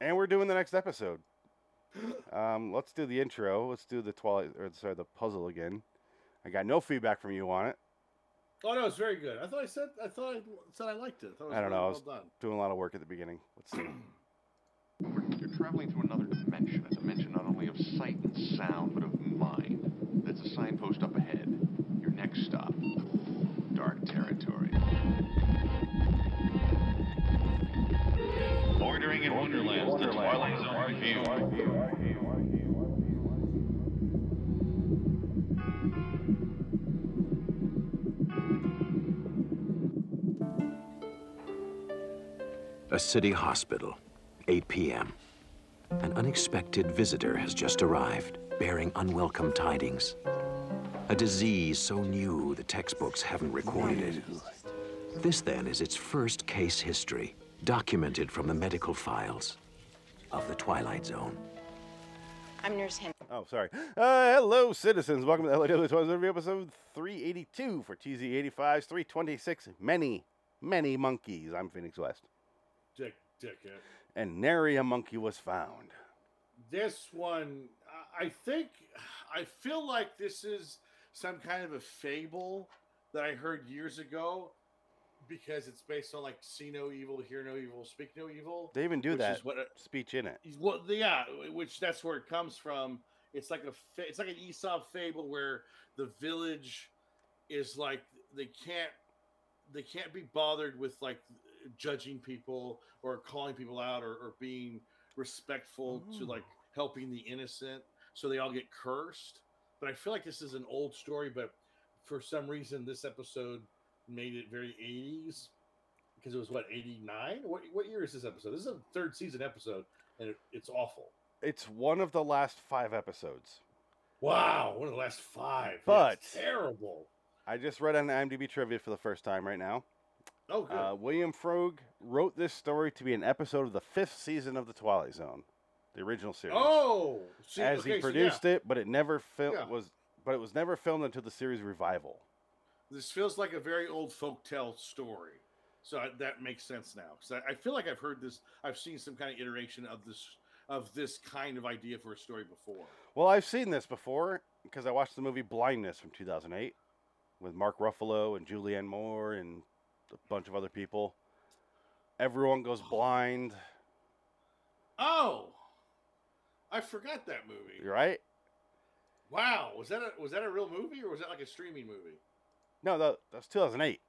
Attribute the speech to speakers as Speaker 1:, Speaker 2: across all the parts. Speaker 1: And we're doing the next episode. Um, let's do the intro. Let's do the Twilight, or sorry, the puzzle again. I got no feedback from you on it.
Speaker 2: Oh no, it's very good. I thought I said I thought I said I liked it. I, thought it was
Speaker 1: I don't
Speaker 2: really
Speaker 1: know. I
Speaker 2: Well
Speaker 1: was
Speaker 2: done.
Speaker 1: doing a lot of work at the beginning. Let's see.
Speaker 3: We're- You're traveling through another dimension, a dimension not only of sight and sound, but of mind. There's a signpost up ahead. Your next stop, dark territory.
Speaker 4: Bordering in Wonderland, the Twilight Zone review.
Speaker 5: A city hospital, 8 p.m. An unexpected visitor has just arrived, bearing unwelcome tidings. A disease so new the textbooks haven't recorded it. This, then, is its first case history, documented from the medical files of the Twilight Zone.
Speaker 6: I'm Nurse Henry.
Speaker 1: Oh, sorry. Uh, hello, citizens. Welcome to LAW Twilight Zone Review, episode 382 for TZ85's 326 Many, Many Monkeys. I'm Phoenix West.
Speaker 2: Dick, dickhead.
Speaker 1: And nary a monkey was found.
Speaker 2: This one, I- I think, I feel like this is some kind of a fable that I heard years ago, because it's based on like see no evil, hear no evil, speak no evil.
Speaker 1: They even do
Speaker 2: which
Speaker 1: that
Speaker 2: is what it-
Speaker 1: speech in it.
Speaker 2: Well, yeah, which that's where it comes from. It's like a fa- it's like an Aesop fable where the village is like they can't they can't be bothered with like judging people or calling people out or, or being respectful to like helping the innocent, so they all get cursed. But I feel like this is an old story, but for some reason this episode made it very 80s because it was what 89 what, what year is this episode this is a third season episode and it, it's awful.
Speaker 1: It's one of the last five episodes.
Speaker 2: Wow, one of the last five.
Speaker 1: But-
Speaker 2: That's terrible.
Speaker 1: I just read on IMDb trivia for the first time right now.
Speaker 2: Oh, good.
Speaker 1: Uh, William Frog wrote this story to be an episode of the fifth season of The Twilight Zone, the original series.
Speaker 2: oh, see,
Speaker 1: as
Speaker 2: okay,
Speaker 1: he
Speaker 2: so
Speaker 1: produced it, but it never fil-
Speaker 2: Yeah.
Speaker 1: was but it was never filmed until the series revival.
Speaker 2: yeah, this feels like a very old folktale story. So I, that makes sense now. Because I, I feel like I've heard this. I've seen some kind of iteration of this of this kind of idea for a story before.
Speaker 1: Well, I've seen this before because I watched the movie Blindness from 2008 with Mark Ruffalo and Julianne Moore and a bunch of other people. Everyone goes blind,
Speaker 2: Oh, I forgot that movie.
Speaker 1: right?
Speaker 2: Wow, was that a, was that a real movie or was that like a streaming movie?
Speaker 1: No, that, that was 2008.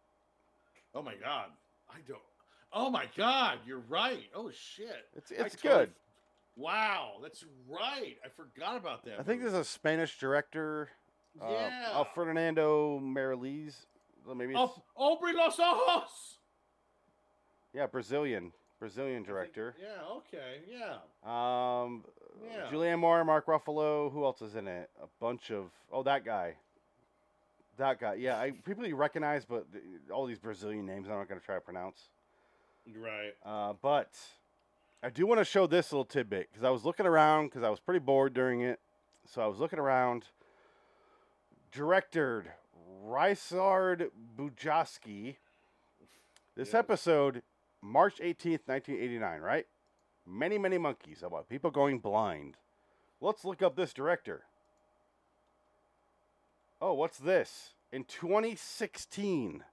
Speaker 2: Oh my god, I don't. Oh my god, you're right. Oh shit,
Speaker 1: It's-
Speaker 2: I
Speaker 1: it's
Speaker 2: totally-
Speaker 1: good.
Speaker 2: Wow, that's right. I forgot about that.
Speaker 1: I think
Speaker 2: movie.
Speaker 1: there's a Spanish director, uh,
Speaker 2: Yeah.
Speaker 1: uh, Fernando Marilis. Well, Maybe it's,
Speaker 2: Oh, Aubrey Los Ojos.
Speaker 1: yeah, Brazilian, Brazilian
Speaker 2: I think-
Speaker 1: director.
Speaker 2: Yeah. Okay. Yeah.
Speaker 1: Um,
Speaker 2: Yeah.
Speaker 1: Julianne Moore, Mark Ruffalo. Who else is in it? A bunch of oh, that guy, that guy. Yeah, I people you recognize, but th- all these Brazilian names I'm not gonna try to pronounce.
Speaker 2: You're right.
Speaker 1: Uh, but I do want to show this little tidbit because I was looking around because I was pretty bored during it, so I was looking around. Directed Rysard Bujoski. This
Speaker 2: Yes.
Speaker 1: episode, March 18th, 1989, right? Many, many monkeys about people going blind. Let's look up this director. Oh, what's this? In 2016,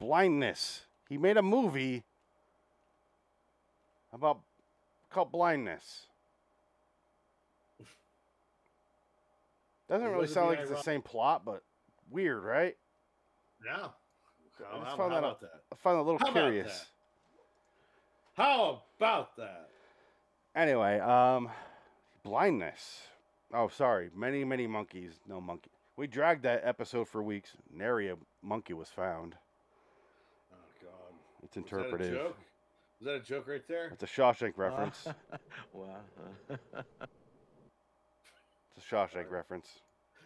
Speaker 1: Blindness. He made a movie about called Blindness. Doesn't
Speaker 2: It
Speaker 1: really
Speaker 2: wasn't
Speaker 1: sound
Speaker 2: the
Speaker 1: like it's the
Speaker 2: ironic-
Speaker 1: same plot, but weird, right?
Speaker 2: Yeah.
Speaker 1: I
Speaker 2: How,
Speaker 1: just
Speaker 2: how-
Speaker 1: found
Speaker 2: how
Speaker 1: that
Speaker 2: about
Speaker 1: out-
Speaker 2: that?
Speaker 1: I find it a little
Speaker 2: How about
Speaker 1: curious.
Speaker 2: How about that?
Speaker 1: Anyway, um, blindness. Oh, sorry. Many, many monkeys. No monkey. We dragged that episode for weeks. Nary a monkey was found.
Speaker 2: Oh God.
Speaker 1: It's
Speaker 2: Was that a
Speaker 1: interpretive.
Speaker 2: joke? Was that a joke right there?
Speaker 1: It's a Shawshank reference.
Speaker 7: wow.
Speaker 1: it's a Shawshank reference.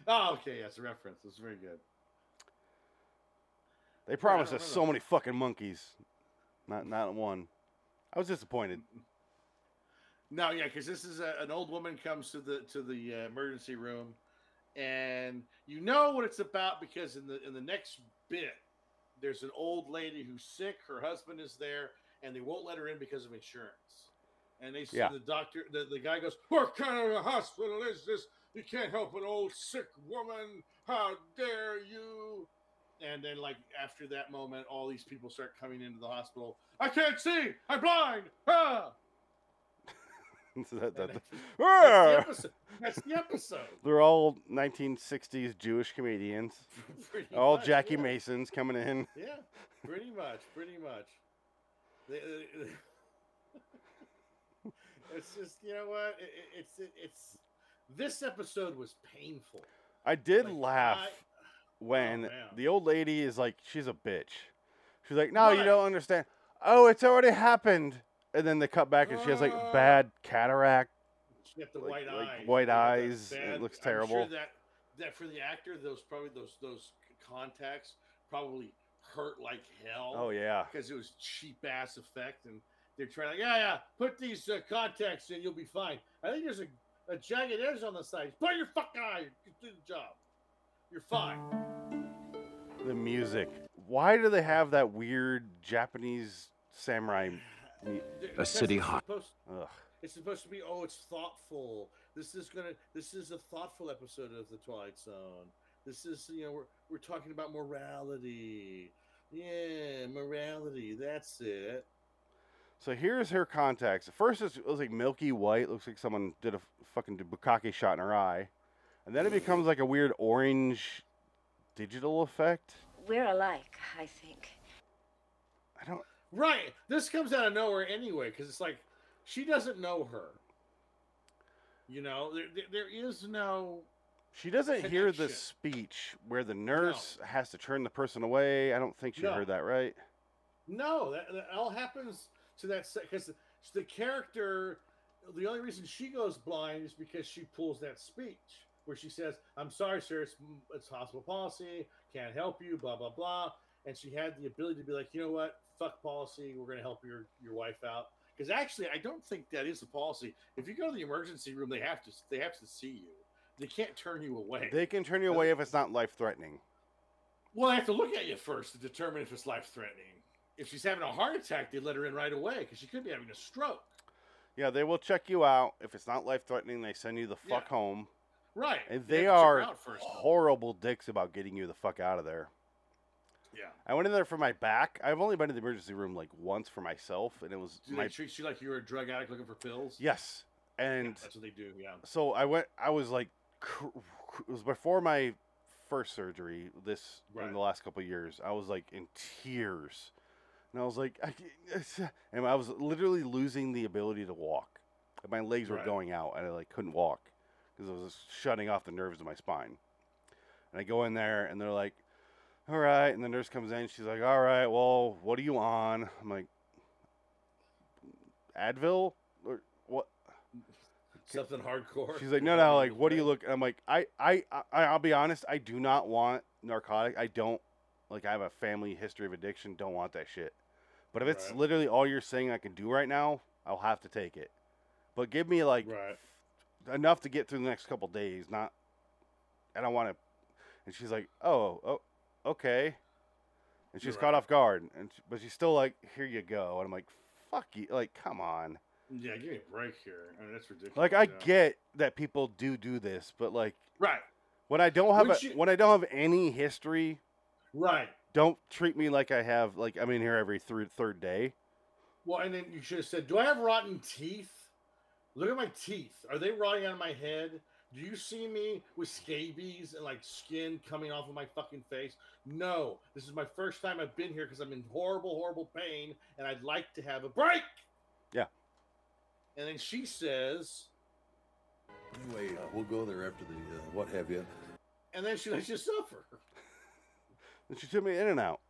Speaker 2: Oh, okay. Yes, a reference. It's very good.
Speaker 1: They promised
Speaker 2: I
Speaker 1: us
Speaker 2: don't
Speaker 1: so
Speaker 2: know.
Speaker 1: many fucking monkeys. Not, not one. I was disappointed.
Speaker 2: No, yeah, because this is a, an old woman comes to the to the uh, emergency room, and you know what it's about because in the in the next bit, there's an old lady who's sick. Her husband is there, and they won't let her in because of insurance. And they
Speaker 1: Yeah.
Speaker 2: yeah. the doctor, the, the guy goes, "What kind of a hospital is this? You can't help an old sick woman. How dare you!" And then, like after that moment, all these people start coming into the hospital. I can't see. I'm blind. Ah!
Speaker 1: So that- that-
Speaker 2: That's the
Speaker 1: Arr!
Speaker 2: That's the episode. That's the episode.
Speaker 1: They're all 1960s Jewish comedians.
Speaker 2: Pretty
Speaker 1: All
Speaker 2: much,
Speaker 1: Jackie
Speaker 2: yeah.
Speaker 1: Masons coming in.
Speaker 2: Yeah, pretty much, pretty much. They- they- they- it's just you know what it, it- it's it, it's this episode was painful.
Speaker 1: I did
Speaker 2: Like,
Speaker 1: laugh
Speaker 2: I- oh,
Speaker 1: when
Speaker 2: man.
Speaker 1: the old lady is like, she's a bitch. She's like, no, you
Speaker 2: Right.
Speaker 1: don't understand. Oh, it's already happened. And then they cut back and she has like
Speaker 2: Ah.
Speaker 1: bad cataract.
Speaker 2: She got the
Speaker 1: Like-
Speaker 2: white
Speaker 1: like
Speaker 2: eyes.
Speaker 1: white
Speaker 2: you know, that
Speaker 1: eyes, it
Speaker 2: bad-
Speaker 1: looks
Speaker 2: I'm
Speaker 1: terrible.
Speaker 2: sure that that for the actor, those probably those those contacts probably hurt like hell.
Speaker 1: Oh, yeah.
Speaker 2: because it was cheap ass effect, and they're trying like, yeah, yeah, put these uh, contacts in, you'll be fine. I think there's a, a jagged edge on the side. Put your fucking eye. You do the job. You're fine.
Speaker 1: The music. Why do they have that weird Japanese samurai? mu-
Speaker 5: A city hot-
Speaker 2: Supposed,
Speaker 1: Ugh.
Speaker 2: it's supposed to be oh, it's thoughtful. This is gonna. This is a thoughtful episode of the Twilight Zone. This is you know we're we're talking about morality. Yeah, morality. That's it.
Speaker 1: So here's her contacts. At First, it's, it was like milky white. Looks like someone did a f- fucking bukkake shot in her eye, and then it becomes like a weird orange digital effect.
Speaker 6: We're alike, I think.
Speaker 1: I don't.
Speaker 2: Right. This comes out of nowhere anyway, because it's like she doesn't know her. You know, there, there, there is no.
Speaker 1: She doesn't hear the
Speaker 2: Connection.
Speaker 1: speech where the nurse has to turn the person away. I don't think she
Speaker 2: No.
Speaker 1: heard that right.
Speaker 2: No, that, that all happens to that. Because the character, the only reason she goes blind is because she pulls that speech where she says, I'm sorry, sir, it's, mm, it's hospital policy, can't help you, blah, blah, blah. And she had the ability to be like, you know what, fuck policy, we're going to help your, your wife out. Because actually, I don't think that is the policy. If you go to the emergency room, they have to they have to see you. They can't turn you away.
Speaker 1: They can turn you away if it's not life threatening.
Speaker 2: Well, they have to look at you first to determine if it's life threatening. If she's having a heart attack, they let her in right away because she could be having a stroke.
Speaker 1: Yeah, they will check you out. If it's not life threatening, they send you the fuck
Speaker 2: Yeah.
Speaker 1: home.
Speaker 2: Right.
Speaker 1: And
Speaker 2: have
Speaker 1: they
Speaker 2: to check her
Speaker 1: are
Speaker 2: out first.
Speaker 1: horrible dicks about getting you the fuck out of there.
Speaker 2: Yeah.
Speaker 1: I went in there for my back. I've only been to the emergency room like once for myself, and it was
Speaker 2: Do
Speaker 1: my
Speaker 2: they treat you like you're a drug addict looking for pills?
Speaker 1: yes. And
Speaker 2: That's what they do. Yeah.
Speaker 1: so I went. I was like, cr- cr- it was before my first surgery. This in
Speaker 2: Right.
Speaker 1: the last couple of years, I was like in tears, and I was like, I, can't- and I was literally losing the ability to walk. Like, My legs were
Speaker 2: Right.
Speaker 1: going out, and I like couldn't walk because I was shutting off the nerves in my spine. And I go in there, and they're like, "All right." And the nurse comes in. She's like, "All right, well, what are you on?" I'm like, "Advil or what?"
Speaker 2: Something hardcore.
Speaker 1: She's like, no, no, like, what do you look? I'm like, I, I, I, I'll be honest, I do not want narcotic. I don't, like, I have a family history of addiction. Don't want that shit. But if it's
Speaker 2: Right.
Speaker 1: literally all you're saying I can do right now, I'll have to take it. But give me like
Speaker 2: Right.
Speaker 1: enough to get through the next couple days. Not, I don't want to. And she's like, oh, oh, okay. And she's
Speaker 2: Right.
Speaker 1: caught off guard, and she, but she's still like, here you go. And I'm like, fuck you, like, come on.
Speaker 2: Yeah, give me a break here. I mean, that's ridiculous.
Speaker 1: Like, I
Speaker 2: yeah.
Speaker 1: get that people do do this, but like.
Speaker 2: Right.
Speaker 1: When I don't have a,
Speaker 2: Would you-
Speaker 1: when I don't have any history,
Speaker 2: Right.
Speaker 1: don't treat me like I have like I'm in here every thr third day.
Speaker 2: Well, and then you should have said, "Do I have rotten teeth? Look at my teeth. Are they rotting out of my head? Do you see me with scabies and like skin coming off of my fucking face? No. This is my first time I've been here because I'm in horrible, horrible pain, and I'd like to have a break."
Speaker 1: Yeah.
Speaker 2: And then she says,
Speaker 7: Anyway, uh, we'll go there after the uh, what have you.
Speaker 2: and then she lets you suffer.
Speaker 1: And she took me in and out.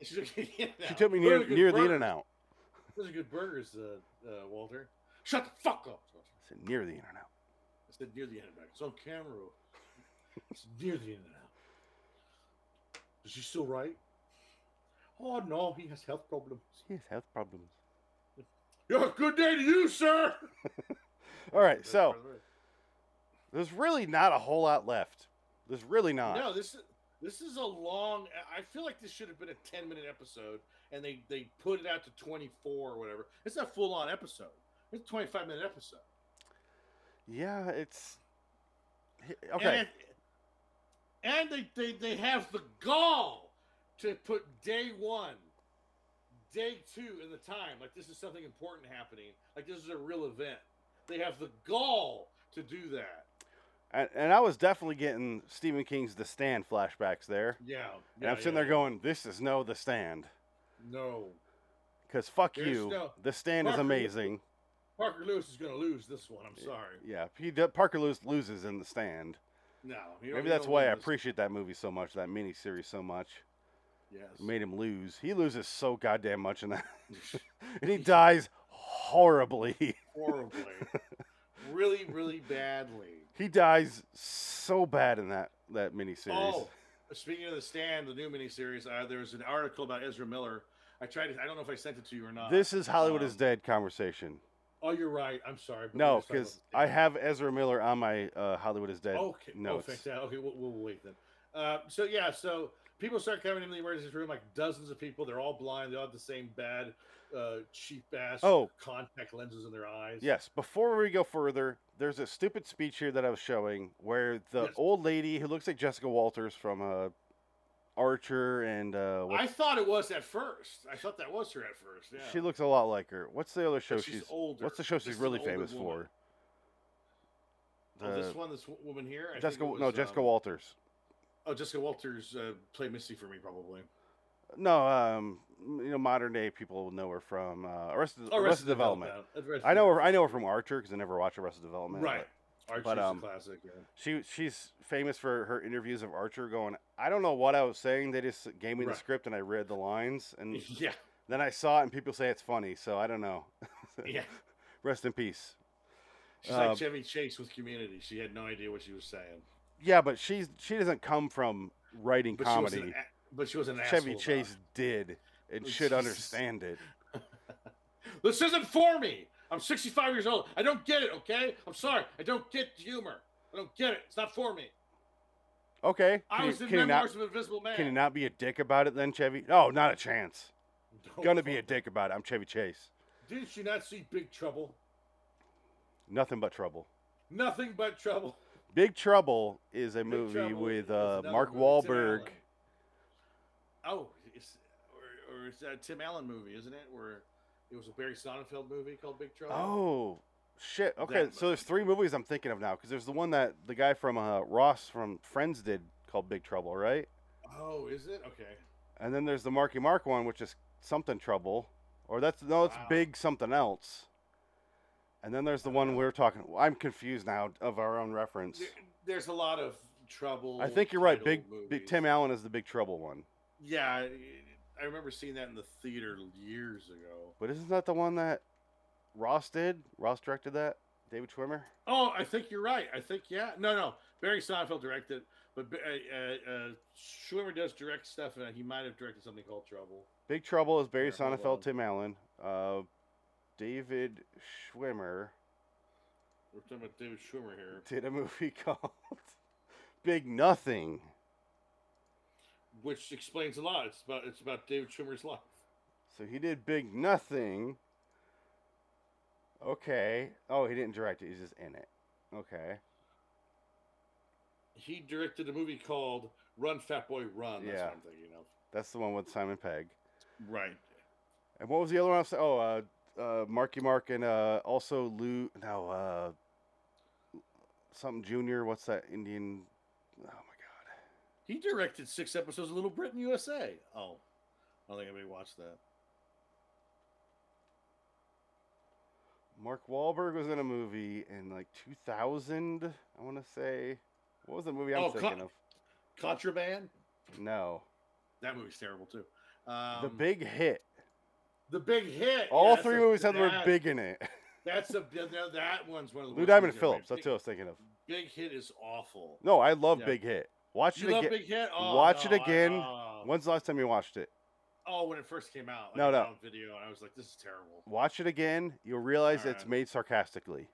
Speaker 2: And she's like, "Yeah,
Speaker 1: She
Speaker 2: now,
Speaker 1: took me
Speaker 2: those
Speaker 1: near
Speaker 2: are good
Speaker 1: near the in
Speaker 2: burgers.
Speaker 1: and out.
Speaker 2: Those are good burgers, uh, uh, Walter. Shut the fuck up. Walter.
Speaker 1: I said near the in and out.
Speaker 2: I said near the end back. It's on camera. It's near the end now. Is he still right? Oh no, he has health problems.
Speaker 1: He has health problems.
Speaker 2: Yeah, good day to you, sir.
Speaker 1: All right, so there's really not a whole lot left. There's really not.
Speaker 2: no, this is this is a long. I feel like this should have been a ten minute episode, and they they put it out to 24 or whatever. It's not full on episode. It's a 25 minute episode.
Speaker 1: Yeah, it's H-
Speaker 2: And
Speaker 1: okay.
Speaker 2: it- And, they, they they have the gall to put day one, day two in the time like this is something important happening. Like this is a real event. They have the gall to do that.
Speaker 1: And, and I was definitely getting Stephen King's The Stand flashbacks there.
Speaker 2: Yeah.
Speaker 1: And I'm sitting there going, this is no The Stand.
Speaker 2: no.
Speaker 1: Because fuck
Speaker 2: There's
Speaker 1: you.
Speaker 2: no-
Speaker 1: the Stand is
Speaker 2: Parker-
Speaker 1: amazing.
Speaker 2: Parker Lewis is going to lose this one. I'm sorry.
Speaker 1: Yeah, he d- Parker Lewis loses in The Stand.
Speaker 2: No. you don't-
Speaker 1: Maybe
Speaker 2: you
Speaker 1: that's
Speaker 2: don't
Speaker 1: why
Speaker 2: win
Speaker 1: I
Speaker 2: this.
Speaker 1: appreciate that movie so much, that miniseries so much.
Speaker 2: Yes.
Speaker 1: It made him lose. He loses so goddamn much in that. and he dies horribly.
Speaker 2: horribly, really, really badly.
Speaker 1: he dies so bad in that, that miniseries.
Speaker 2: Oh, speaking of the stand, the new miniseries, uh, there was an article about Ezra Miller. I tried it. I don't know if I sent it to you or not.
Speaker 1: this is Hollywood is
Speaker 2: uh, um,
Speaker 1: Dead conversation.
Speaker 2: Oh, you're right. I'm sorry. but we
Speaker 1: No,
Speaker 2: were talking
Speaker 1: because
Speaker 2: about
Speaker 1: I
Speaker 2: the stand.
Speaker 1: have Ezra Miller on my uh, Hollywood is Dead
Speaker 2: Okay. No, oh,
Speaker 1: notes.
Speaker 2: fantastic. Okay, we'll, we'll wait then. Uh, so yeah, so people start coming into the emergency room, like dozens of people. They're all blind. They all have the same bad, uh, cheap ass
Speaker 1: Oh.
Speaker 2: contact lenses in their eyes.
Speaker 1: Yes, before we go further, there's a stupid speech here that I was showing where the
Speaker 2: Yes.
Speaker 1: old lady who looks like Jessica Walters from uh, Archer and uh, what,
Speaker 2: I thought it was at first. I thought that was her at first. Yeah.
Speaker 1: she looks a lot like her. What's the other show
Speaker 2: she's older.
Speaker 1: What's the show
Speaker 2: This
Speaker 1: she's
Speaker 2: is
Speaker 1: really
Speaker 2: an older
Speaker 1: famous
Speaker 2: woman.
Speaker 1: for?
Speaker 2: oh, this
Speaker 1: The-
Speaker 2: one, this w- woman here. I think
Speaker 1: Jessica
Speaker 2: it
Speaker 1: Wa- no
Speaker 2: was,
Speaker 1: Jessica
Speaker 2: um,
Speaker 1: Walters.
Speaker 2: Oh, Jessica Walters uh, play Misty for me, probably.
Speaker 1: No, um, you know modern day people know her from uh, Arrested, Arrested, Development.
Speaker 2: Oh, Arrested
Speaker 1: I know her. I know her from Archer because I never watched Arrested Development.
Speaker 2: Right.
Speaker 1: but-
Speaker 2: Archie's
Speaker 1: but,
Speaker 2: a
Speaker 1: um,
Speaker 2: classic. Yeah.
Speaker 1: She she's famous for her interviews of Archer going, I don't know what I was saying. They just gave me the
Speaker 2: Right.
Speaker 1: script and I read the lines and
Speaker 2: yeah.
Speaker 1: then I saw it and people say it's funny. So I don't know.
Speaker 2: Yeah.
Speaker 1: Rest in peace.
Speaker 2: She's
Speaker 1: Um,
Speaker 2: like Chevy Chase with Community. She had no idea what she was saying.
Speaker 1: Yeah, but she's she doesn't come from writing
Speaker 2: But she was
Speaker 1: comedy.
Speaker 2: an, a- but she was an asshole
Speaker 1: Chevy
Speaker 2: about
Speaker 1: Chase
Speaker 2: it.
Speaker 1: did and
Speaker 2: Oh,
Speaker 1: should
Speaker 2: Jesus.
Speaker 1: understand it.
Speaker 2: This isn't for me. I'm 65 years old. I don't get it. Okay. I'm sorry. I don't get humor. I don't get it. It's not for me.
Speaker 1: Okay,
Speaker 2: I
Speaker 1: can,
Speaker 2: was
Speaker 1: you,
Speaker 2: in
Speaker 1: can you not
Speaker 2: Memoirs of an Invisible Man.
Speaker 1: can you not be a dick about it then, Chevy? No, not a chance.
Speaker 2: Don't
Speaker 1: Gonna be a
Speaker 2: Oh, fuck-
Speaker 1: dick about it. I'm Chevy Chase.
Speaker 2: Didn't you not see Big Trouble?
Speaker 1: Nothing but trouble.
Speaker 2: Nothing but trouble.
Speaker 1: Big Trouble is a movie
Speaker 2: Trouble is
Speaker 1: with uh,
Speaker 2: another
Speaker 1: Mark
Speaker 2: movie. It's an
Speaker 1: Wahlberg.
Speaker 2: Allen. Oh, it's or, or it's that Tim Allen movie, isn't it? Where it was a Barry Sonnenfeld movie called Big Trouble.
Speaker 1: Oh shit!
Speaker 2: That
Speaker 1: Okay, so there's
Speaker 2: movie.
Speaker 1: three movies I'm thinking of now because there's the one that the guy from uh, Ross from Friends did called Big Trouble, right?
Speaker 2: Oh, is it? Okay.
Speaker 1: And then there's the Marky Mark one, which is something trouble, or that's no, it's
Speaker 2: Wow.
Speaker 1: big something else. And then there's the one we're talking. I'm confused now of our own reference.
Speaker 2: There, there's a lot of trouble.
Speaker 1: I think you're right. Big,
Speaker 2: title
Speaker 1: big
Speaker 2: movies.
Speaker 1: Tim Allen is the Big Trouble one,
Speaker 2: Yeah, I- I remember seeing that in the theater years ago.
Speaker 1: but isn't that the one that Ross did? Ross directed that. David Schwimmer.
Speaker 2: Oh, I think you're right. I think yeah. No, no. Barry Sonnenfeld directed, it, but Ba- uh, uh, uh, Schwimmer does direct stuff, and he might have directed something called Trouble.
Speaker 1: Big Trouble is Barry
Speaker 2: Yeah, hold on.
Speaker 1: Sonnenfeld, Tim Allen, uh, David Schwimmer
Speaker 2: We're talking about David Schwimmer here,
Speaker 1: did a movie called Big Nothing.
Speaker 2: which explains a lot. It's about it's about David Schwimmer's life.
Speaker 1: So he did Big Nothing. Okay. Oh, he didn't direct it. He's just in it. Okay.
Speaker 2: He directed a movie called Run Fat Boy Run. That's
Speaker 1: Yeah.
Speaker 2: what I'm thinking of.
Speaker 1: That's the one with Simon Pegg.
Speaker 2: Right.
Speaker 1: And what was the other one? I was, oh, uh, uh, Marky Mark and uh, also Lou. No, uh, something Junior. What's that Indian? Oh my God.
Speaker 2: He directed six episodes of Little Britain USA. Oh, I don't think anybody watched that.
Speaker 1: Mark Wahlberg was in a movie in like 2000. I want to say, what was the movie I'm
Speaker 2: Oh, Con-
Speaker 1: thinking of?
Speaker 2: Contraband.
Speaker 1: No,
Speaker 2: That movie's terrible too. Um,
Speaker 1: The Big Hit.
Speaker 2: the big hit.
Speaker 1: All
Speaker 2: Yeah, that's
Speaker 1: three
Speaker 2: a-
Speaker 1: movies had the word
Speaker 2: that-
Speaker 1: "big" in it.
Speaker 2: That's a now that one's one of the
Speaker 1: Lou Diamond
Speaker 2: worst movies ever made.
Speaker 1: Phillips. That's who I was thinking of.
Speaker 2: Big, big hit is awful.
Speaker 1: No, I love
Speaker 2: Yeah.
Speaker 1: Big Hit. Watch
Speaker 2: you
Speaker 1: it
Speaker 2: love
Speaker 1: again.
Speaker 2: Big Hit? Oh,
Speaker 1: watch it
Speaker 2: no, I-
Speaker 1: again.
Speaker 2: oh.
Speaker 1: When's the last time you watched it?
Speaker 2: Oh, when it first came out, like,
Speaker 1: No,
Speaker 2: I
Speaker 1: no.
Speaker 2: got on video, and I was like, "This is terrible."
Speaker 1: Watch it again. You'll realize
Speaker 2: All
Speaker 1: it's
Speaker 2: right.
Speaker 1: made sarcastically.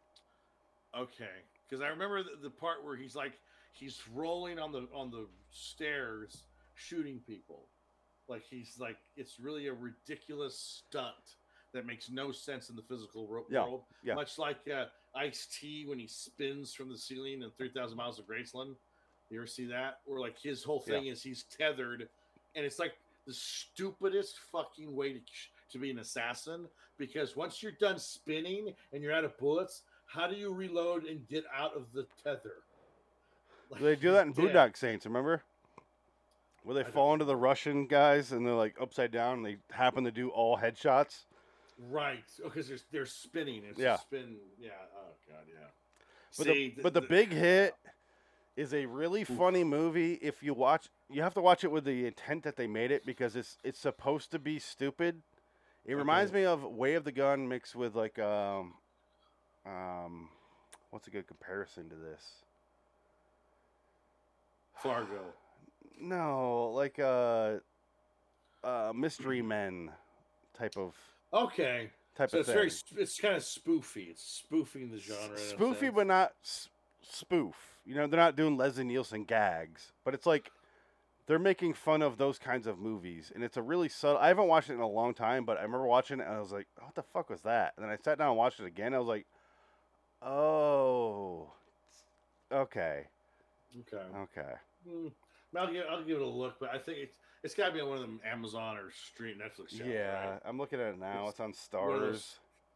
Speaker 2: Okay, because I remember the, the part where he's like, he's rolling on the on the stairs, shooting people, Like he's like it's really a ridiculous stunt that makes no sense in the physical ro-
Speaker 1: Yeah,
Speaker 2: world.
Speaker 1: yeah.
Speaker 2: Much like uh, Ice T when he spins from the ceiling in Three Thousand Miles of Graceland. You ever see that? Or like his whole
Speaker 1: Yeah.
Speaker 2: thing is he's tethered, and it's like the stupidest fucking way to to be an assassin because once you're done spinning and you're out of bullets, how do you reload and get out of the tether? Like,
Speaker 1: They do that in
Speaker 2: yeah.
Speaker 1: Boondock Saints, remember? Where they
Speaker 2: don't
Speaker 1: fall into the Russian guys and they're like upside down and they happen to do all headshots.
Speaker 2: Right. Because they're, they're spinning. It's
Speaker 1: Yeah.
Speaker 2: yeah. spin. Yeah. Oh, God. Yeah.
Speaker 1: But,
Speaker 2: See,
Speaker 1: the, but the, Big Hit is a really funny movie if you watch you have to watch it with the intent that they made it because it's it's supposed to be stupid. It reminds me of Way of the Gun mixed with like um um what's a good comparison to this?
Speaker 2: Fargo.
Speaker 1: No, like uh uh Mystery Men type of
Speaker 2: Okay.
Speaker 1: type
Speaker 2: So
Speaker 1: of
Speaker 2: it's
Speaker 1: thing.
Speaker 2: very, sp- it's kind of spoofy. It's spoofing the genre. in a
Speaker 1: spoofy
Speaker 2: sense.
Speaker 1: but not s- spoof you know they're not doing leslie nielsen gags but it's like they're making fun of those kinds of movies and it's a really subtle i haven't watched it in a long time but i remember watching it and i was like what the fuck was that and then i sat down and watched it again and i was like oh okay
Speaker 2: Okay.
Speaker 1: okay
Speaker 2: Mm, I'll, give, I'll give it a look, but I think it's, it's got to be on one of them Amazon or stream Netflix
Speaker 1: yeah,
Speaker 2: channels. right?
Speaker 1: i'm looking at it now it's,
Speaker 2: It's
Speaker 1: on
Speaker 2: one of
Speaker 1: stars
Speaker 2: those-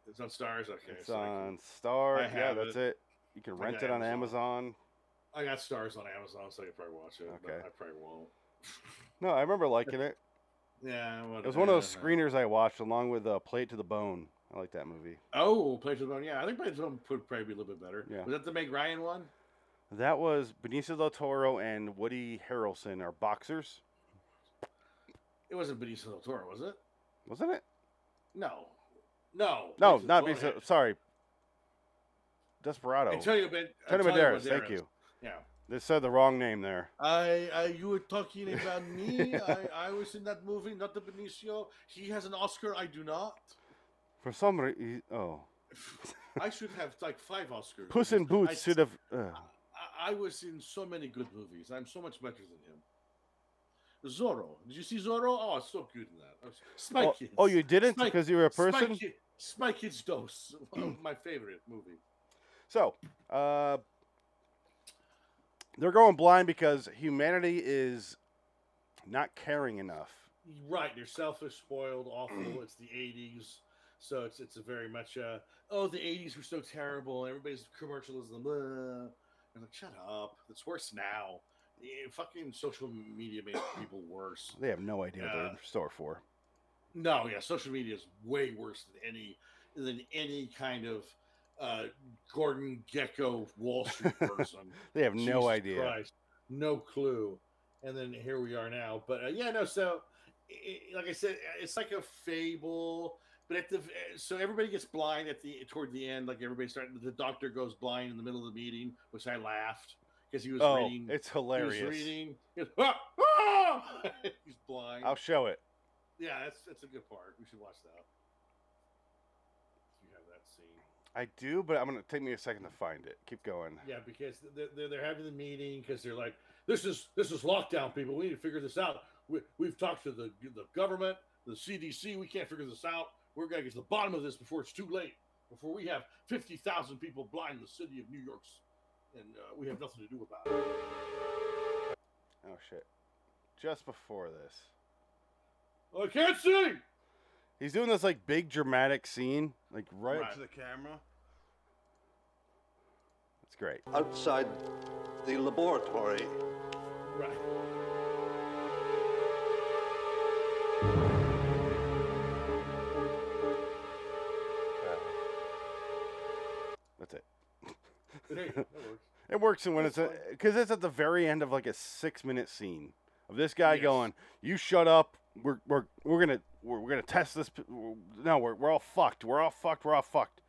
Speaker 2: It's on Stars. Okay.
Speaker 1: it's
Speaker 2: so I can-
Speaker 1: on stars yeah
Speaker 2: have
Speaker 1: that's it,
Speaker 2: it.
Speaker 1: you can
Speaker 2: I
Speaker 1: rent
Speaker 2: got
Speaker 1: it on
Speaker 2: Amazon.
Speaker 1: amazon
Speaker 2: I got Stars on Amazon, so I could probably watch it. But
Speaker 1: Okay.
Speaker 2: I probably won't.
Speaker 1: no i remember liking it
Speaker 2: Yeah.
Speaker 1: It was one of those
Speaker 2: whatever.
Speaker 1: screeners I watched along with uh, Play It to the Bone. I like that movie.
Speaker 2: Oh, Play to the Bone. Yeah, I think Play to the Bone would probably be a little bit better.
Speaker 1: Yeah.
Speaker 2: Was that the Meg Ryan one?
Speaker 1: That was Benicio del Toro and Woody Harrelson are boxers,
Speaker 2: It wasn't Benicio del Toro, was it?
Speaker 1: wasn't it?
Speaker 2: No. No.
Speaker 1: No,
Speaker 2: Place to the
Speaker 1: not
Speaker 2: Bone
Speaker 1: Benicio.
Speaker 2: had-
Speaker 1: Sorry, Desperado.
Speaker 2: Antonio, ben,
Speaker 1: Antonio
Speaker 2: Antonio
Speaker 1: Banderas. Thank you.
Speaker 2: Yeah.
Speaker 1: They said the wrong name there.
Speaker 2: I, I, you were talking about me. I, I was in that movie, not the Benicio. He has an Oscar. I do not.
Speaker 1: For some reason, oh,
Speaker 2: I should have like five Oscars.
Speaker 1: Puss in
Speaker 2: because
Speaker 1: Boots
Speaker 2: I-
Speaker 1: should have. Uh,
Speaker 2: I, I was in so many good movies. I'm so much better than him. Zorro. Did you see Zorro? Oh, it's so good in that. Oh, Spy
Speaker 1: oh,
Speaker 2: Kids.
Speaker 1: oh, you didn't
Speaker 2: Spy-
Speaker 1: because you were a
Speaker 2: Spy,
Speaker 1: person.
Speaker 2: Kid, Spy Kids Dose. One of my favorite movie.
Speaker 1: So, uh, they're going blind because humanity is not caring enough
Speaker 2: Right, you're selfish, spoiled, awful. it's the '80s, so it's it's a very much uh oh the '80s were so terrible. Everybody's commercialism. Blah. And like, shut up. It's worse now. Yeah, fucking social media made people worse.
Speaker 1: They have no idea what they're in store for.
Speaker 2: No, yeah, social media is way worse than any than any kind of uh, Gordon Gecko Wall Street person.
Speaker 1: They have no
Speaker 2: Jesus
Speaker 1: idea.
Speaker 2: Christ, no clue. And then here we are now. But uh, yeah, no. So, i i- like I said, uh, it's like a fable. But at the uh, so everybody gets blind at the toward the end. Like everybody starting, the doctor goes blind in the middle of the meeting, which I laughed because he was
Speaker 1: Oh,
Speaker 2: reading.
Speaker 1: it's
Speaker 2: he was
Speaker 1: hilarious.
Speaker 2: reading. He was, "Ah! Ah!" He's blind.
Speaker 1: I'll show it.
Speaker 2: Yeah, that's that's a good part. We should watch that. You have that scene.
Speaker 1: I do, but I'm gonna take me a second to find it. Keep going.
Speaker 2: Yeah, because they're, they're, they're having the meeting because they're like, this is this is lockdown, people. We need to figure this out. We, we've talked to the the government, the CDC. We can't figure this out. We're gonna get to the bottom of this before it's too late. Before we have fifty thousand people blind in the city of New York's, and uh, we have nothing to do about it.
Speaker 1: Oh shit! Just before this,
Speaker 2: I can't see.
Speaker 1: he's doing this like big dramatic scene, like right.
Speaker 2: Right.
Speaker 7: to the camera.
Speaker 1: It's great.
Speaker 8: outside the laboratory.
Speaker 2: Right.
Speaker 1: That's it.
Speaker 2: There you go. That works.
Speaker 1: It works when it's
Speaker 2: That's
Speaker 1: because it's at the very end of like a six minute scene of this guy
Speaker 2: Yes.
Speaker 1: going, "You shut up. We're we're we're gonna we're, we're gonna test this. p- we're- No, we're we're all fucked. We're all fucked. We're all fucked."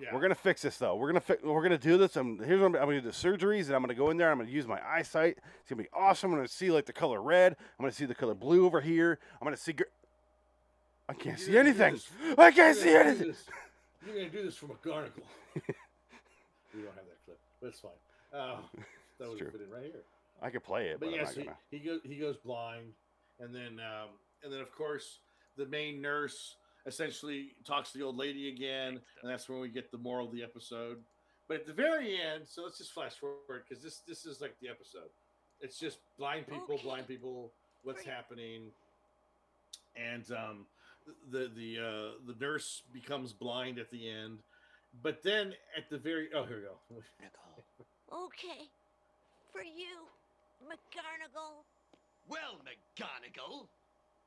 Speaker 2: Yeah.
Speaker 1: We're gonna fix this though. We're gonna fi- we're gonna do this. I'm here's what I'm, I'm gonna do the surgeries, and I'm gonna go in there. I'm gonna use my eyesight. It's gonna be awesome. I'm gonna see like the color red. I'm gonna see the color blue over here. I'm gonna see. Gr- I can't
Speaker 2: You're
Speaker 1: see
Speaker 2: gonna do
Speaker 1: anything.
Speaker 2: this.
Speaker 1: I can't
Speaker 2: You're
Speaker 1: see
Speaker 2: gonna do
Speaker 1: anything.
Speaker 2: this- You're gonna do this from a garnacle. we don't have that clip, but it's fine. Uh, that would
Speaker 1: true.
Speaker 2: fit in right here.
Speaker 1: I could play it, but, I'm
Speaker 2: But yes,
Speaker 1: not gonna.
Speaker 2: he, he goes he goes blind, and then um, and then of course the main nurse essentially talks to the old lady again, and that's when we get the moral of the episode. But at the very end, so let's just flash forward because this this is like the episode. It's just blind people,
Speaker 9: Okay.
Speaker 2: blind people, what's
Speaker 9: Great.
Speaker 2: happening, and um, the the uh, the nurse becomes blind at the end. But then at the very oh here we go.
Speaker 9: Nicole. Okay. For you, McGarnagle.
Speaker 10: Well, McGonagall,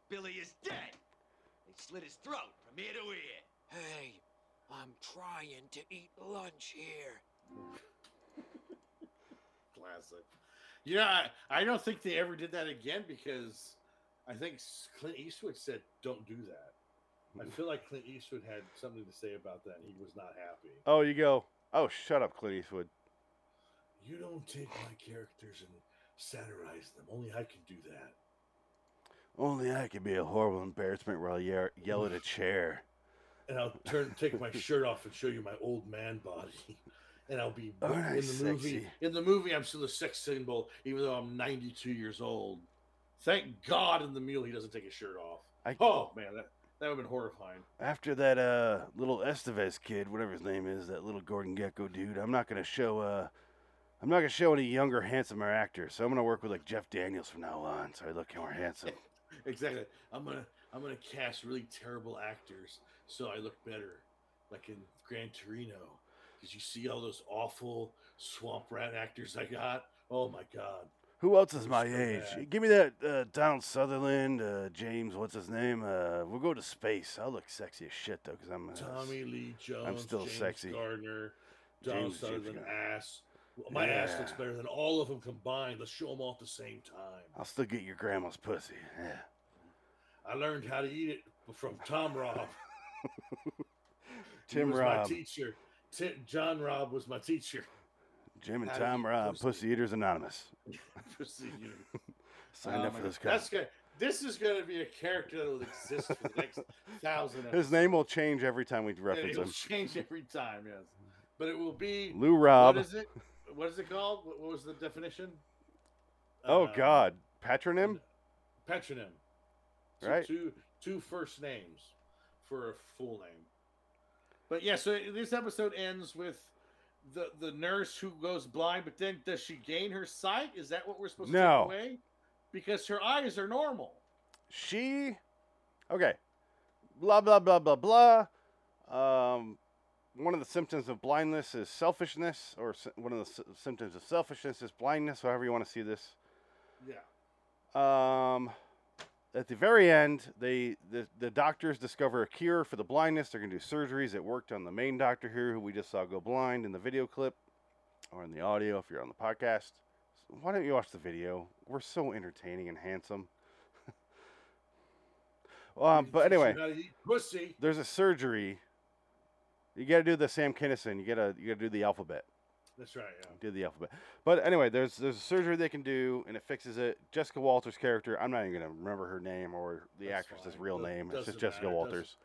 Speaker 10: Billy is dead. They slit his throat from ear to ear.
Speaker 11: Hey, I'm trying to eat lunch here.
Speaker 2: Classic. You know, I, I don't think they ever did that again because I think s- Clint Eastwood said, "Don't do that." I
Speaker 1: Hmm.
Speaker 2: feel like Clint Eastwood had something to say about that. And he was not happy.
Speaker 1: Oh, you go. Oh, shut up, Clint Eastwood.
Speaker 2: You don't take my characters and satirize them. Only I can do that.
Speaker 1: Only I could be a horrible embarrassment where I yell, yell at a chair.
Speaker 2: And I'll turn, take my shirt off, and show you my old man body. And I'll be
Speaker 1: Aren't I
Speaker 2: in the movie.
Speaker 1: sexy?
Speaker 2: In the movie, I'm still a sex symbol, even though I'm 92 years old. Thank God in the meal he doesn't take his shirt off.
Speaker 1: I,
Speaker 2: Oh man, that that would have been horrifying.
Speaker 1: After that uh, little Estevez kid, whatever his name is, that little Gordon Gecko dude, I'm not gonna show. Uh, I'm not gonna show any younger, handsomer actors. So I'm gonna work with like Jeff Daniels from now on, so I look more handsome.
Speaker 2: Exactly. I'm gonna I'm gonna cast really terrible actors so I look better, like in Gran Torino. Because you see all those awful swamp rat actors I got. Oh my god.
Speaker 1: Who else is my
Speaker 2: So
Speaker 1: age?
Speaker 2: bad.
Speaker 1: Give me that uh, Donald Sutherland, uh, James, what's his name? Uh, we'll go to space. I'll look sexy as shit though, because I'm uh,
Speaker 2: Tommy Lee Jones.
Speaker 1: still
Speaker 2: James
Speaker 1: sexy.
Speaker 2: Gardner. Donald
Speaker 1: James- James
Speaker 2: Sutherland
Speaker 1: Gardner.
Speaker 2: ass. Well, My ass looks
Speaker 1: Yeah.
Speaker 2: better than all of them combined. Let's show them all at the same time.
Speaker 1: I'll still get your grandma's pussy. Yeah.
Speaker 2: I learned how to eat it from Tom Robb. He
Speaker 1: Tim
Speaker 2: was
Speaker 1: Robb,
Speaker 2: my teacher. Ti- John Robb was my teacher.
Speaker 1: Jim and
Speaker 2: How to
Speaker 1: Tom
Speaker 2: eat
Speaker 1: Robb,
Speaker 2: pussy.
Speaker 1: Pussy Eaters Anonymous.
Speaker 2: Proceeding.
Speaker 1: Signed
Speaker 2: Oh
Speaker 1: up
Speaker 2: my
Speaker 1: for
Speaker 2: God.
Speaker 1: this guy.
Speaker 2: That's good. This is going to be a character that will exist for the next thousand.
Speaker 1: His name will change every time we
Speaker 2: episodes.
Speaker 1: reference
Speaker 2: It'll
Speaker 1: him.
Speaker 2: change every time, yes. But it will be.
Speaker 1: Lou Robb.
Speaker 2: What is it? What is it called? What what was the definition?
Speaker 1: Oh
Speaker 2: Uh,
Speaker 1: God, patronym.
Speaker 2: Patronym. Two-
Speaker 1: Right.
Speaker 2: Two two first names for a full name. But yeah, so this episode ends with the the nurse who goes blind, but then does she gain her sight? Is that what we're supposed
Speaker 1: No.
Speaker 2: to take away? Because her eyes are normal.
Speaker 1: She, okay, blah blah blah blah blah. Um, one of the symptoms of blindness is selfishness, or s- one of the s- symptoms of selfishness is blindness. However you want to see this.
Speaker 2: Yeah.
Speaker 1: Um, at the very end, they the, the doctors discover a cure for the blindness. They're gonna do surgeries. It worked on the main doctor here, who we just saw go blind in the video clip, or in the audio if you're on the podcast. Why don't you watch the video? We're so entertaining and handsome. um, but
Speaker 2: Teach you
Speaker 1: anyway,
Speaker 2: how to eat pussy.
Speaker 1: there's a surgery. You gotta do the Sam Kinison. You gotta you gotta do the alphabet
Speaker 2: That's right. Yeah.
Speaker 1: did the alphabet. But anyway, there's there's a surgery they can do, and it fixes it. Jessica Walters' character, I'm not even gonna remember her name or the
Speaker 2: That's
Speaker 1: actress's
Speaker 2: fine.
Speaker 1: real
Speaker 2: Does-
Speaker 1: name. It's
Speaker 2: doesn't
Speaker 1: just Jessica
Speaker 2: matter, doesn't-
Speaker 1: Walters.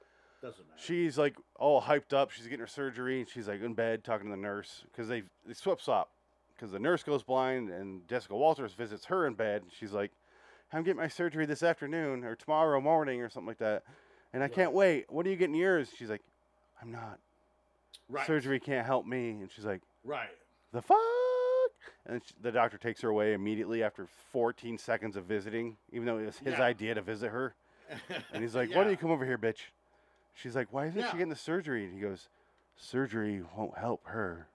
Speaker 2: Doesn't matter.
Speaker 1: She's like all hyped up. She's getting her surgery, and she's like in bed talking to the nurse because they they swap swap because the nurse goes blind, and Jessica Walters visits her in bed, and she's like, "I'm getting my surgery this afternoon or tomorrow morning or something like that, and I
Speaker 2: Right.
Speaker 1: can't wait. What are you getting yours?" She's like, "I'm not.
Speaker 2: right.
Speaker 1: Surgery can't help me," and she's like
Speaker 2: Right.
Speaker 1: the fuck? And sh- the doctor takes her away immediately after 14 seconds of visiting, even though it was his
Speaker 2: Yeah.
Speaker 1: idea to visit her. And he's like, "Why don't you come over here, bitch?" She's like, "Why isn't
Speaker 2: Yeah.
Speaker 1: she getting the surgery?" And he goes, "Surgery won't help her.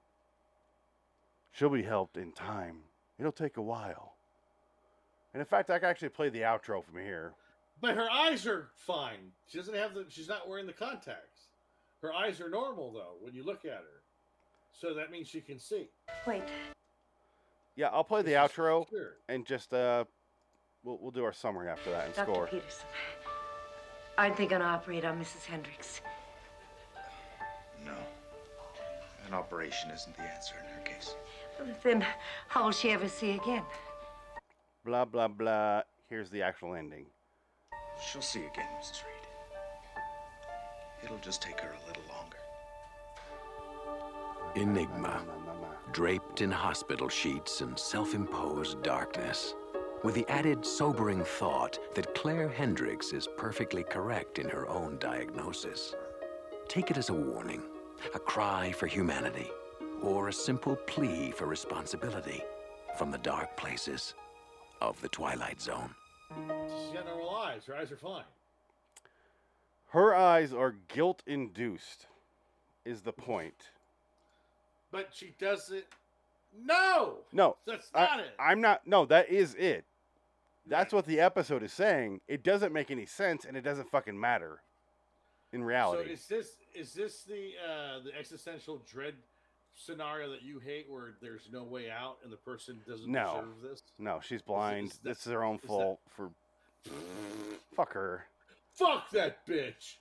Speaker 1: She'll be helped in time. It'll take a while." And in fact, I can actually play the outro from here.
Speaker 2: But her eyes are fine. She doesn't have the. She's not wearing the contacts. Her eyes are normal though when you look at her. So that means she can see.
Speaker 6: Wait.
Speaker 1: Yeah, I'll play the
Speaker 2: This is
Speaker 1: outro
Speaker 2: secure.
Speaker 1: and just uh, we'll we'll do our summary after that and
Speaker 6: Dr.
Speaker 1: score.
Speaker 6: Peterson. Aren't they going to operate on Mrs. Hendricks?
Speaker 4: No. An operation isn't the answer in her case.
Speaker 6: Then how will she ever see again?
Speaker 1: Blah blah blah. Here's the actual ending.
Speaker 4: She'll see again, Mrs. Reed. It'll just take her a little longer.
Speaker 5: Enigma, draped in hospital sheets and self imposed darkness. with the added sobering thought that Claire Hendricks is perfectly correct in her own diagnosis. Take it as a warning, a cry for humanity, or a simple plea for responsibility from the dark places of the Twilight Zone.
Speaker 2: She's got normal eyes. Her eyes are fine.
Speaker 1: Her eyes are guilt induced, is the point.
Speaker 2: But she doesn't. No!
Speaker 1: No,
Speaker 2: That's
Speaker 1: I-
Speaker 2: not it.
Speaker 1: I'm not. No, that is it. That's what the episode is saying. It doesn't make any sense, and it doesn't fucking matter. In reality,
Speaker 2: So is this is this the uh, the existential dread scenario that you hate, where there's no way out and the person doesn't
Speaker 1: no,
Speaker 2: deserve this?
Speaker 1: no, she's blind.
Speaker 2: is that-
Speaker 1: this is her own
Speaker 2: is that-
Speaker 1: fault for. Fuck her.
Speaker 2: Fuck that bitch.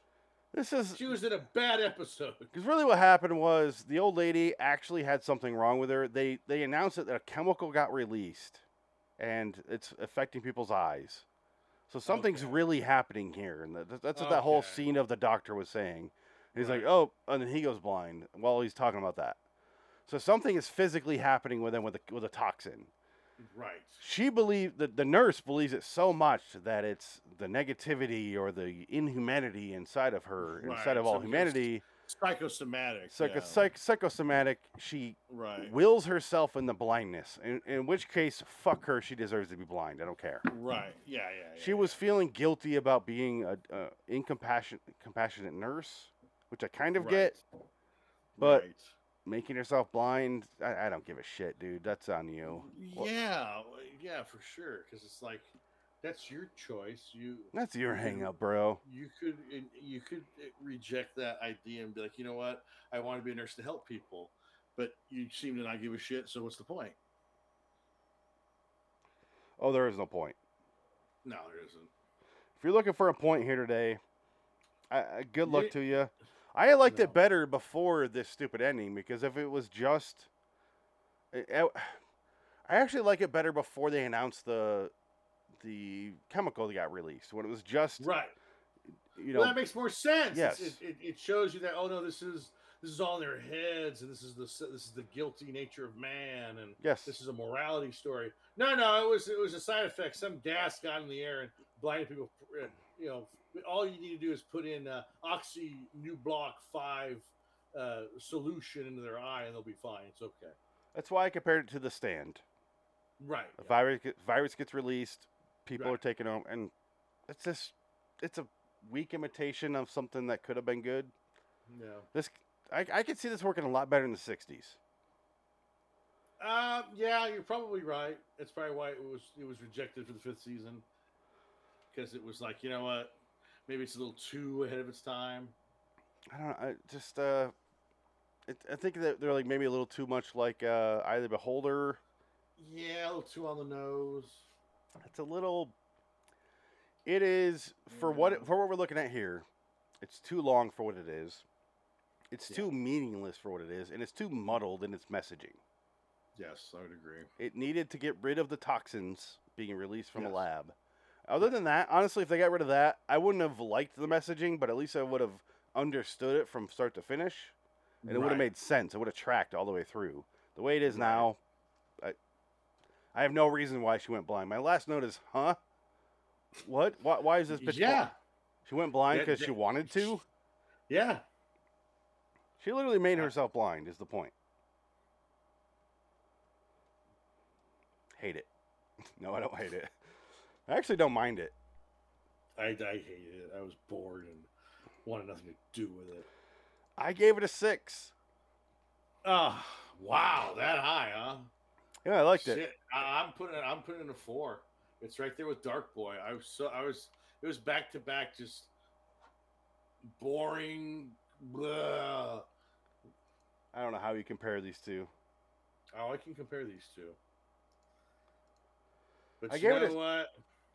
Speaker 1: This is
Speaker 2: She was in a bad episode.
Speaker 1: Because really, what happened was the old lady actually had something wrong with her. They they announced that a chemical got released, and it's affecting people's eyes. So something's really happening here, and that, that's what that whole scene of the doctor was saying. And he's like, "Oh," and then he goes blind while he's talking about that. So something is physically happening with him with a, with a toxin.
Speaker 2: Right.
Speaker 1: She believed that the nurse believes it so much that it's the negativity or the inhumanity inside of her, inside
Speaker 2: Right,
Speaker 1: of all
Speaker 2: some kind of
Speaker 1: humanity.
Speaker 2: Psychosomatic.
Speaker 1: Psycho-
Speaker 2: yeah.
Speaker 1: psych- psychosomatic. She
Speaker 2: Right.
Speaker 1: wills herself in the blindness. In, in which case, fuck her. She deserves to be blind. I don't care.
Speaker 2: Right. Yeah. Yeah.
Speaker 1: She was feeling guilty about being a, a incompassionate compassionate nurse, which I kind of
Speaker 2: Right.
Speaker 1: get, but making herself blind, I, I don't give a shit, dude. That's on you. Well,
Speaker 2: yeah. Yeah. For sure. Because it's like that's your choice. You.
Speaker 1: That's your
Speaker 2: you-
Speaker 1: hang up, bro.
Speaker 2: You could you could eh, reject that idea and be like, you know what? I want to be a nurse to help people, but you seem to not give a shit. So what's the point?
Speaker 1: Oh, there is no point.
Speaker 2: No, there isn't.
Speaker 1: If you're looking for a point here today, I, I- good luck
Speaker 2: Ye-
Speaker 1: to you. I liked it better before this stupid ending because if it was just, I, I- I actually like it better before they announced the the chemical that got released when it was just
Speaker 2: Right.
Speaker 1: You know,
Speaker 2: well, that makes more sense. It's-
Speaker 1: Yes.
Speaker 2: It, it, it shows you that oh no, this is this is all in their heads, and this is the s- this is the guilty nature of man, and
Speaker 1: Yes.
Speaker 2: this is a morality story. No, no, it was it was a side effect. Some gas got in the air and blinded people. uh, You know, all you need to do is put in uh, oxy new block five uh, solution into their eye, and they'll be fine. It's okay.
Speaker 1: that's why I compared it to the stand.
Speaker 2: Right.
Speaker 1: A virus get- virus gets released, people
Speaker 2: Right.
Speaker 1: are taken home, and it's just it's a weak imitation of something that could have been good.
Speaker 2: Yeah.
Speaker 1: This I, I could see this working a lot better in the '60s.
Speaker 2: Uh, yeah, you're probably right. That's probably why it was it was rejected for the fifth season because it was like you know what, maybe it's a little too ahead of its time.
Speaker 1: I don't know. I just uh, it, I think that they're like maybe a little too much like uh, Eye of the Beholder.
Speaker 2: Yeah, a little too on the nose.
Speaker 1: It's a little. It is for what it, for what we're looking at here. It's too long for what it is. It's too meaningless for what it is, and it's too muddled in its messaging.
Speaker 2: Yes, I would agree.
Speaker 1: It needed to get rid of the toxins being released from a
Speaker 2: Yes.
Speaker 1: lab. Other than that, honestly, if they got rid of that, I wouldn't have liked the messaging, but at least I would have understood it from start to finish, and it would
Speaker 2: Right.
Speaker 1: have made sense. It would have tracked all the way through. The way it is now, I, I have no reason why she went blind. My last note is, huh? What? Why, why is this bitch? bli-
Speaker 2: Yeah.
Speaker 1: she went blind
Speaker 2: That-
Speaker 1: because
Speaker 2: that-
Speaker 1: she wanted to.
Speaker 2: Yeah,
Speaker 1: She literally made herself blind. Is the point? Hate it. No, I don't hate it. I actually don't mind it.
Speaker 2: I, I hated it. I was bored and wanted nothing to do with it.
Speaker 1: I gave it a six.
Speaker 2: Ah, wow, that high, huh?
Speaker 1: Yeah, I liked it.
Speaker 2: Shit, I, I'm putting it. I'm putting in a four. It's right there with Dark Boy. I was so I was. It was back to back, just boring. Blah.
Speaker 1: I don't know how you compare these two.
Speaker 2: Oh, I can compare these two. But
Speaker 1: I
Speaker 2: you
Speaker 1: gave it
Speaker 2: know
Speaker 1: a-
Speaker 2: what?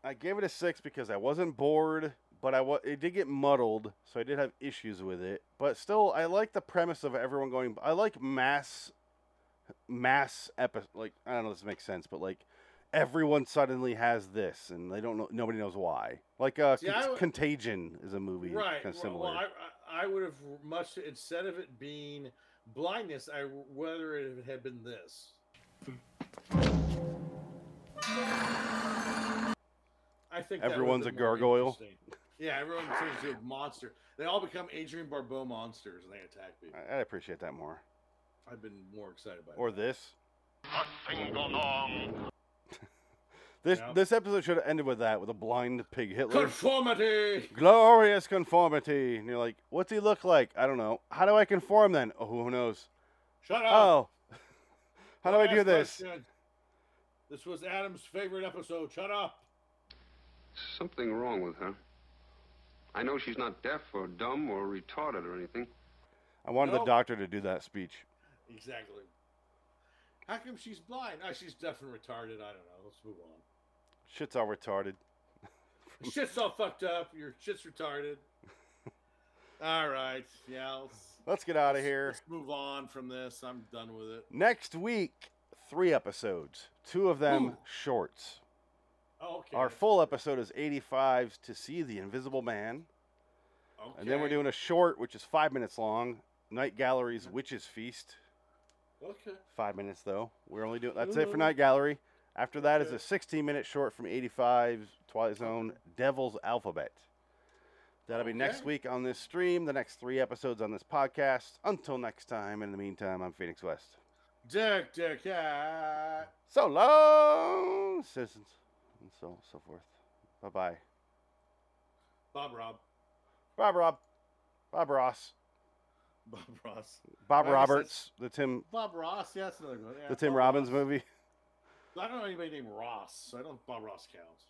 Speaker 1: I gave it a six because I wasn't bored, but I wa- it did get muddled, so I did have issues with it. But still, I like the premise of everyone going. I like mass, mass epi- Like I don't know if this makes sense, but like everyone suddenly has this, and they don't know. Nobody knows why. Like uh,
Speaker 2: See, I
Speaker 1: Con-
Speaker 2: w-
Speaker 1: Contagion is a movie
Speaker 2: Right.
Speaker 1: kind of
Speaker 2: well-
Speaker 1: similar.
Speaker 2: Well, I, I I would have much instead of it being blindness, I whether it had been this. I think that would've
Speaker 1: everyone's a
Speaker 2: been more
Speaker 1: gargoyle.
Speaker 2: interesting. Yeah, everyone turns into a monster. They all become Adrian Barbeau monsters and they attack people.
Speaker 1: I- I'd appreciate that more.
Speaker 2: I've been more excited by
Speaker 1: Or this.
Speaker 2: it.
Speaker 1: This
Speaker 2: Yeah.
Speaker 1: this episode should have ended with that, with a blind pig Hitler.
Speaker 2: Conformity.
Speaker 1: Glorious conformity. And you're like, what's he look like? I don't know. How do I conform then? Oh, who knows?
Speaker 2: Shut up.
Speaker 1: Oh. How do I do
Speaker 2: Last
Speaker 1: this?
Speaker 2: question. This was Adam's favorite episode. Shut up.
Speaker 12: Something wrong with her. I know she's not deaf or dumb or retarded or anything.
Speaker 1: I wanted the
Speaker 2: Nope.
Speaker 1: doctor to do that speech.
Speaker 2: Exactly. How come she's blind? Oh, she's deaf and retarded. I don't know. Let's move on.
Speaker 1: Shit's all retarded.
Speaker 2: shit's all fucked up. Your shit's retarded. all right. Yeah. Let's,
Speaker 1: Let's get out of here.
Speaker 2: let's move on from this. I'm done with it.
Speaker 1: Next week, three episodes. Two of them shorts.
Speaker 2: Oh, okay.
Speaker 1: Our full episode is 85s to see the Invisible Man.
Speaker 2: okay.
Speaker 1: And then we're doing a short, which is five minutes long. Night Gallery's Witch's Feast.
Speaker 2: Okay.
Speaker 1: Five minutes though. We're only doing that's it for
Speaker 2: Ooh.
Speaker 1: Night Gallery. After that is
Speaker 2: Okay.
Speaker 1: a 16 minute short from 85's Twilight Zone Devil's Alphabet. That'll be next
Speaker 2: Okay.
Speaker 1: week on this stream, the next three episodes on this podcast. Until next time, in the meantime, I'm Phoenix West.
Speaker 2: Dick, dick, cat.
Speaker 1: So long, citizens, and so so forth. Bye bye.
Speaker 2: Bob Rob.
Speaker 1: Bob Rob, Bob Ross,
Speaker 2: Bob Ross.
Speaker 1: Bob
Speaker 2: I guess
Speaker 1: Roberts, the Tim
Speaker 2: that's- Bob Ross. Yeah, that's another one. Yeah,
Speaker 1: the Tim
Speaker 2: Bob
Speaker 1: Robbins
Speaker 2: Ross.
Speaker 1: movie.
Speaker 2: I don't know anybody named Ross, so I don't. Bob Ross counts.